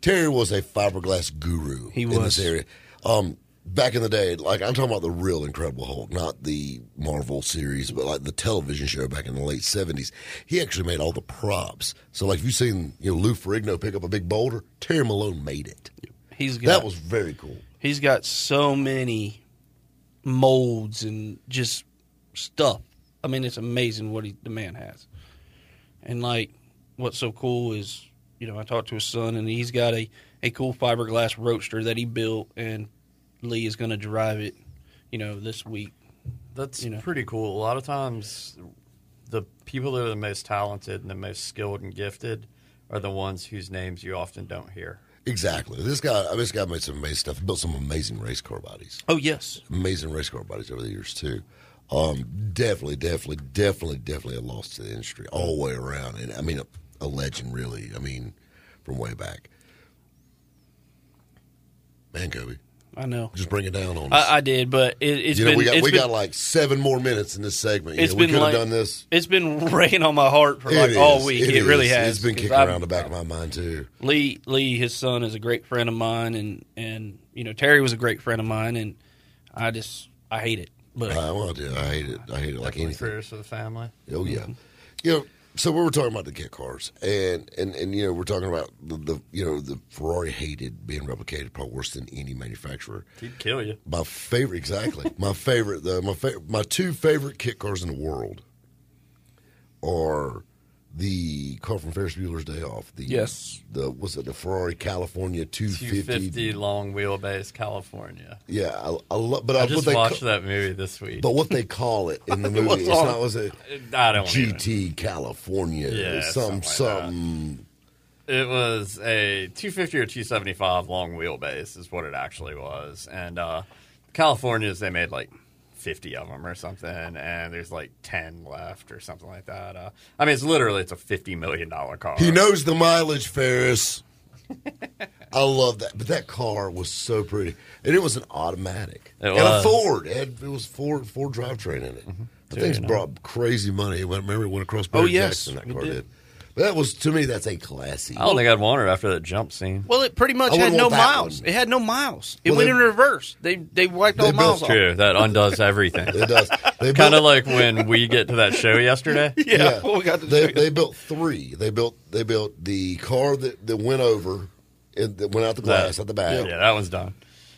Speaker 2: Terry was a fiberglass guru.
Speaker 4: He
Speaker 2: in
Speaker 4: was.
Speaker 2: this area. Um, back in the day, like I'm talking about the real Incredible Hulk, not the Marvel series, but like the television show back in the late '70s. He actually made all the props. So, like, if you've seen you know Lou Ferrigno pick up a big boulder, Terry Malone made it.
Speaker 4: He's got
Speaker 2: That was very cool.
Speaker 4: He's got so many molds and just stuff. I mean, it's amazing what he, the man has. And like, what's so cool is, you know, I talked to his son, and he's got a a cool fiberglass roadster that he built, and Lee is going to drive it, you know, this week.
Speaker 3: That's
Speaker 4: you know.
Speaker 3: pretty cool. A lot of times, the people that are the most talented and the most skilled and gifted are the ones whose names you often don't hear.
Speaker 2: Exactly. This guy, I mean, this guy made some amazing stuff. He built some amazing race car bodies.
Speaker 4: Oh yes,
Speaker 2: amazing race car bodies over the years too. Um, definitely, definitely, definitely, definitely a loss to the industry all the way around. And I mean, a, a legend, really. I mean, from way back. Man, Kobe,
Speaker 4: I know.
Speaker 2: just bring it down on us.
Speaker 4: I, I did, but it, it's
Speaker 2: you know,
Speaker 4: been
Speaker 2: we got
Speaker 4: it's
Speaker 2: we
Speaker 4: been,
Speaker 2: got like seven more minutes in this segment. You
Speaker 4: it's
Speaker 2: know, we
Speaker 4: been
Speaker 2: could
Speaker 4: like-
Speaker 2: have done this.
Speaker 4: It's been raining on my heart for like
Speaker 2: It
Speaker 4: all
Speaker 2: is.
Speaker 4: week. It, really
Speaker 2: is.
Speaker 4: has.
Speaker 2: It's been
Speaker 4: 'Cause
Speaker 2: kicking
Speaker 4: I've-
Speaker 2: around the back of my mind too.
Speaker 4: Lee Lee, his son, is a great friend of mine, and and you know Terry was a great friend of mine, and I just I hate it, but
Speaker 2: I want to. I hate it. I hate it like
Speaker 3: Definitely
Speaker 2: anything.
Speaker 3: prayers for the family.
Speaker 2: Oh yeah, you know. So we were talking about the kit cars, and and and you know we're talking about the, the you know the Ferrari hated being replicated probably worse than any manufacturer.
Speaker 3: He'd kill you.
Speaker 2: My favorite, exactly. my favorite, the my fa- my two favorite kit cars in the world are the car from Ferris Bueller's Day Off. The
Speaker 4: Yes.
Speaker 2: the what's it? The Ferrari California two
Speaker 3: 250
Speaker 2: fifty.
Speaker 3: long wheelbase, California.
Speaker 2: Yeah, I, I love, but
Speaker 3: I
Speaker 4: Uh,
Speaker 2: I, what
Speaker 3: just
Speaker 2: they
Speaker 3: watched
Speaker 2: ca-
Speaker 3: that movie this week.
Speaker 2: But what they call it in the movie,
Speaker 3: was
Speaker 2: it's
Speaker 3: on-
Speaker 2: not was it
Speaker 3: I don't even-
Speaker 2: GT California,
Speaker 3: Yeah,
Speaker 2: some some
Speaker 3: something It was a 250 or 275 long wheelbase, is what it actually was. And uh, California's, they made like 50 of them or something, and there's like 10 left or something like that. Uh, I mean, it's literally it's a 50 million dollar car.
Speaker 2: He knows the mileage, Ferris. I love that. But that car was so pretty. And it was an automatic.
Speaker 3: It
Speaker 2: and
Speaker 3: was.
Speaker 2: a Ford. It, had, it was Ford Ford drivetrain in it.
Speaker 4: Mm-hmm.
Speaker 2: The thing's
Speaker 3: you know.
Speaker 2: brought crazy money. It went, remember it went across Barry
Speaker 4: Oh, yes,
Speaker 2: Jackson, that
Speaker 4: it
Speaker 2: car
Speaker 4: did.
Speaker 2: did. But that was to me that's a classy.
Speaker 3: I don't think I'd want it after that jump scene.
Speaker 4: well, it pretty much
Speaker 2: I
Speaker 4: had
Speaker 2: wouldn't
Speaker 4: no
Speaker 2: want that
Speaker 4: miles.
Speaker 2: one.
Speaker 4: It had no miles. It
Speaker 2: Well,
Speaker 4: went
Speaker 2: they-
Speaker 4: in reverse. They they wiped all
Speaker 2: they
Speaker 4: the miles
Speaker 2: built-
Speaker 4: off.
Speaker 3: True, that undoes everything.
Speaker 2: It does. They
Speaker 3: kind
Speaker 2: built-
Speaker 3: of like when we get to that show yesterday.
Speaker 4: Yeah, well, we got to
Speaker 2: they,
Speaker 4: do
Speaker 2: they built three. They built they built the car that, that went over and that went out the glass
Speaker 3: That-
Speaker 2: at the back.
Speaker 3: Yeah, that one's done.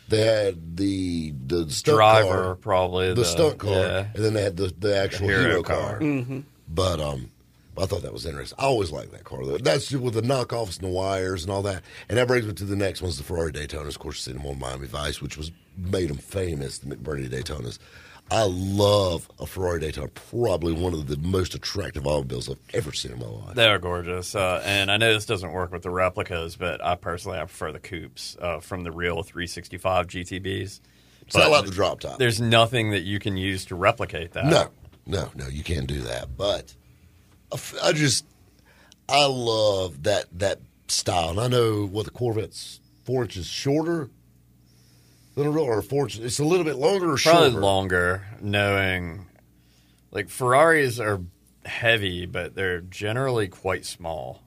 Speaker 2: They had the the stunt
Speaker 3: Driver,
Speaker 2: car,
Speaker 3: probably
Speaker 2: the,
Speaker 3: the-
Speaker 2: stunt car,
Speaker 3: yeah.
Speaker 2: and then they had the, the actual
Speaker 3: The
Speaker 2: hero,
Speaker 3: hero
Speaker 2: car.
Speaker 3: car.
Speaker 2: But um, I thought that was interesting. I always liked that car though. That's just with the knockoffs and the wires and all that. And that brings me to the next one's the Ferrari Daytonas. Of course, you seen them on Miami Vice, which was made them famous. The McBurney Daytonas. I love a Ferrari Daytona. Probably one of the most attractive automobiles I've ever seen in my life.
Speaker 3: They are gorgeous, uh, and I know this doesn't work with the replicas, but I personally I prefer the coupes uh, from the real 365 GTBs.
Speaker 2: It's not
Speaker 3: But
Speaker 2: like the drop top.
Speaker 3: There's nothing that you can use to replicate that.
Speaker 2: No, no, no, you can't do that. But I f- I just, I love that that style. And I know what the Corvette's four inches shorter than a real, or four inches. It's a little bit longer or
Speaker 3: probably
Speaker 2: shorter.
Speaker 3: longer. Knowing, like Ferraris are heavy, but they're generally quite small.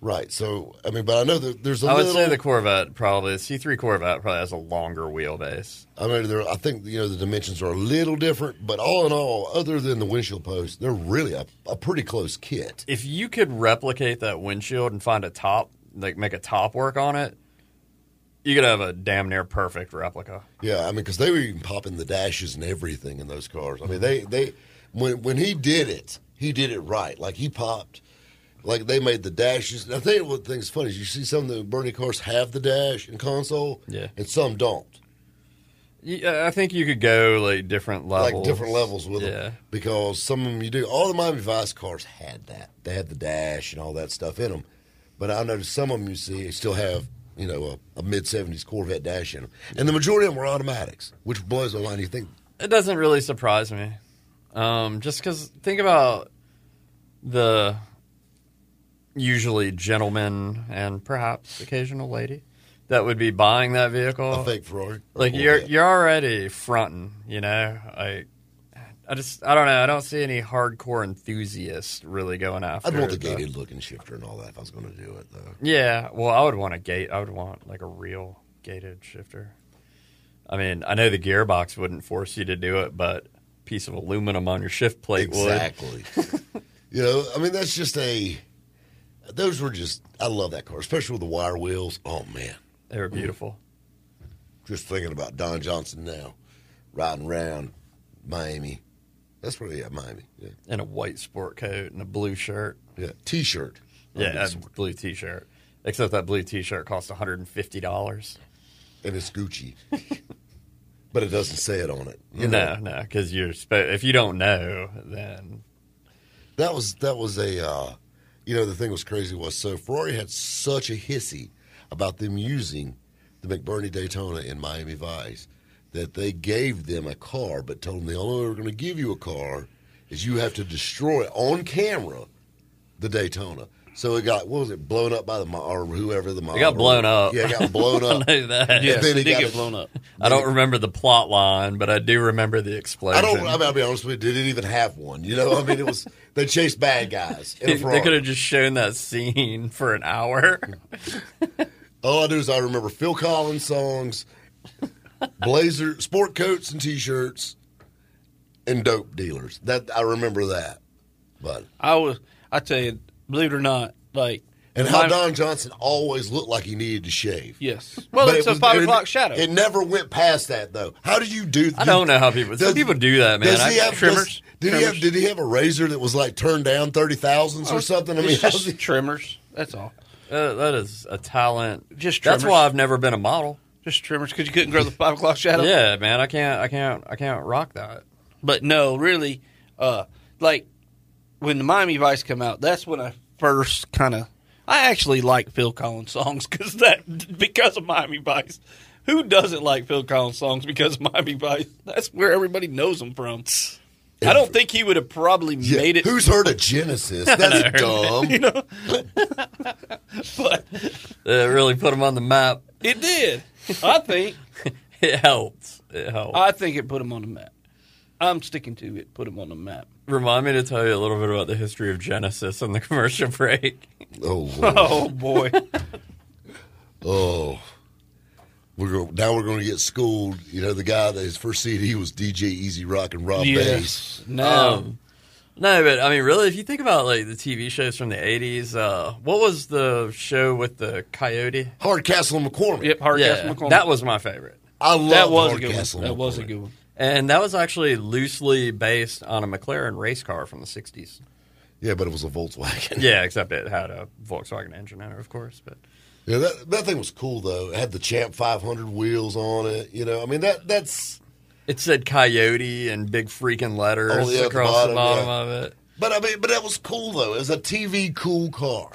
Speaker 2: Right. So I mean, but I know that there's a
Speaker 3: I would
Speaker 2: little.
Speaker 3: say the Corvette probably the C3 Corvette probably has a longer wheelbase.
Speaker 2: I mean, there. I think you know the dimensions are a little different, but all in all, other than the windshield post, they're really a, a pretty close kit.
Speaker 3: If you could replicate that windshield and find a top, like make a top work on it, you could have a damn near perfect replica.
Speaker 2: Yeah, I mean, because they were even popping the dashes and everything in those cars. I mean, they they when when he did it, he did it right. Like he popped, like they made the dashes. And I think one thing's funny is you see some of the Bernie cars have the dash and console,
Speaker 3: Yeah.
Speaker 2: and some don't.
Speaker 3: Yeah, I think you could go like different levels,
Speaker 2: like different levels with
Speaker 3: Yeah.
Speaker 2: them because some of them you do. All the Miami Vice cars had that. They had the dash and all that stuff in them. But I noticed some of them you see still have you know a, a mid '70s Corvette dash in them, and the majority of them were automatics, which blows my mind. You think
Speaker 3: It doesn't really surprise me, um, just because think about the usually gentleman and perhaps occasional lady that would be buying that vehicle.
Speaker 2: a fake Oh, Ferrari? or
Speaker 3: like you're
Speaker 2: Corvette?
Speaker 3: you're already fronting, you know. I I just I don't know. I don't see any hardcore enthusiasts really going after.
Speaker 2: I'd want the
Speaker 3: the-
Speaker 2: gated looking shifter and all that if I was going to do it though.
Speaker 3: Yeah, well, I would want a gate. I would want like a real gated shifter. I mean, I know the gearbox wouldn't force you to do it, but a piece of aluminum on your shift plate
Speaker 2: Exactly. you know, I mean, that's just a. Those were just. I love that car, especially with the wire wheels. Oh man,
Speaker 3: would. They were beautiful.
Speaker 2: just thinking about Don Johnson now, riding around Miami. That's where they at Miami. Yeah,
Speaker 3: And a white sport coat and a blue shirt.
Speaker 2: yeah. T-shirt.
Speaker 3: Yeah, a blue t-shirt. Except that blue t-shirt cost $150.
Speaker 2: and it's Gucci, but it doesn't say it on it. you know.
Speaker 3: No, no, because you're spo- if you don't know, then
Speaker 2: That was that was a uh, you know the thing was crazy was so Ferrari had such a hissy about them using the McBurney Daytona in Miami Vice that they gave them a car but told them the only way we're going to give you a car is you have to destroy on camera the Daytona. So it got what was it blown up by the Ma- or whoever the
Speaker 3: It got blown up.
Speaker 2: Yeah, it got blown
Speaker 3: I
Speaker 2: up.
Speaker 3: know that.
Speaker 2: Yeah.
Speaker 4: Yes,
Speaker 2: then
Speaker 4: it
Speaker 2: he
Speaker 4: did
Speaker 2: got
Speaker 4: get
Speaker 2: it-
Speaker 4: blown up.
Speaker 3: I don't remember the plot line, but I do remember the
Speaker 2: I
Speaker 3: explosion.
Speaker 2: don't. I mean, I'll be honest with you. They didn't even have one. You know, I mean, it was they chased bad guys. In a
Speaker 3: They-
Speaker 2: Ferrari.
Speaker 3: they could have just shown that scene for an hour.
Speaker 2: All I do is I remember Phil Collins songs, blazer, sport coats and t-shirts, and dope dealers. That I remember that. But
Speaker 4: I was. I tell you, believe it or not, like
Speaker 2: and how
Speaker 4: my-
Speaker 2: Don Johnson always looked like he needed to shave.
Speaker 4: Yes. Well,
Speaker 2: But
Speaker 4: it's
Speaker 2: it
Speaker 4: a
Speaker 2: was-
Speaker 4: five
Speaker 2: it-
Speaker 4: o'clock shadow.
Speaker 2: It never went past that though. How did you do?
Speaker 3: I don't know how people- some people do that, man.
Speaker 2: Does he
Speaker 3: I-
Speaker 2: have
Speaker 3: trimmers.
Speaker 2: does- did he have? Did he have a razor that was like turned down thirty thousands or something? I mean,
Speaker 4: it's
Speaker 2: how's
Speaker 4: just
Speaker 2: he-
Speaker 4: trimmers. That's all.
Speaker 3: Uh, that is a talent.
Speaker 4: Just
Speaker 3: that's
Speaker 4: trimmers.
Speaker 3: why I've never been a model.
Speaker 4: Just trimmers because you couldn't grow the five o'clock shadow.
Speaker 3: Yeah, man, I can't, I can't, I can't rock that.
Speaker 4: But no, really, uh, like when the Miami Vice come out, that's when I first kind of. I actually like Phil Collins songs because that because of Miami Vice. Who doesn't like Phil Collins songs because of Miami Vice? That's where everybody knows him from. I don't think he would have probably
Speaker 2: Yeah,
Speaker 4: made it.
Speaker 2: Who's heard of Genesis? That's dumb.
Speaker 4: but
Speaker 3: It really put him on the map.
Speaker 4: it did. I think.
Speaker 3: It helped. It
Speaker 2: Uh,
Speaker 3: helped.
Speaker 4: I think it put him on the map. I'm sticking to it. Put him on the map.
Speaker 3: Remind me to tell you a little bit about the history of Genesis on the commercial break.
Speaker 2: Oh, Lord.
Speaker 4: Oh boy.
Speaker 2: Oh, we're going now we're going to get schooled. You know, the guy that his first CD was DJ Easy Rock and Rob Bass.
Speaker 4: yes. No.
Speaker 3: Um, no, but I mean, really, if you think about like the TV shows from the '80s, uh, what was the show with the coyote?
Speaker 2: Hardcastle and McCormick.
Speaker 4: yep. Hard
Speaker 3: yeah,
Speaker 4: Castle McCormick.
Speaker 3: that was my favorite,
Speaker 2: I love
Speaker 4: that was a good
Speaker 2: Hardcastle.
Speaker 4: one. That
Speaker 2: and
Speaker 4: was a
Speaker 2: McCormick.
Speaker 4: good one.
Speaker 3: and that was actually loosely based on a McLaren race car from the '60s.
Speaker 2: Yeah, but it was a Volkswagen.
Speaker 3: Yeah, except it had a Volkswagen engine in it, of course. But
Speaker 2: Yeah, that, that thing was cool though. It had the Champ 500 wheels on it. You know, I mean that that's.
Speaker 3: it said coyote in big freaking letters
Speaker 2: Oh, yeah, at the
Speaker 3: across
Speaker 2: bottom,
Speaker 3: the bottom,
Speaker 2: yeah.
Speaker 3: of it.
Speaker 2: But I mean, but that was cool though. It was a TV cool car,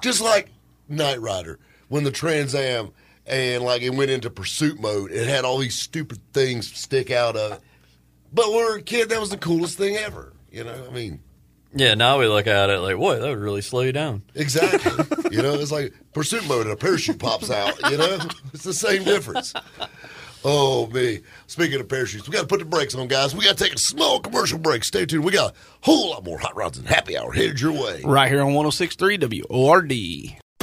Speaker 2: just like Knight Rider when the Trans Am and like it went into pursuit mode. It had all these stupid things stick out of it. But when we were a kid, that was the coolest thing ever. You know, I mean,
Speaker 3: Yeah, now we look at it like, boy, that would really slow you down.
Speaker 2: exactly. you know, it's like pursuit mode and a parachute pops out. You know, it's the same difference. Oh me! Speaking of parachutes, we got to put the brakes on, guys. We got to take a small commercial break. Stay tuned. We got a whole lot more hot rods and happy hour headed your way.
Speaker 4: Right here on 1063 WORD.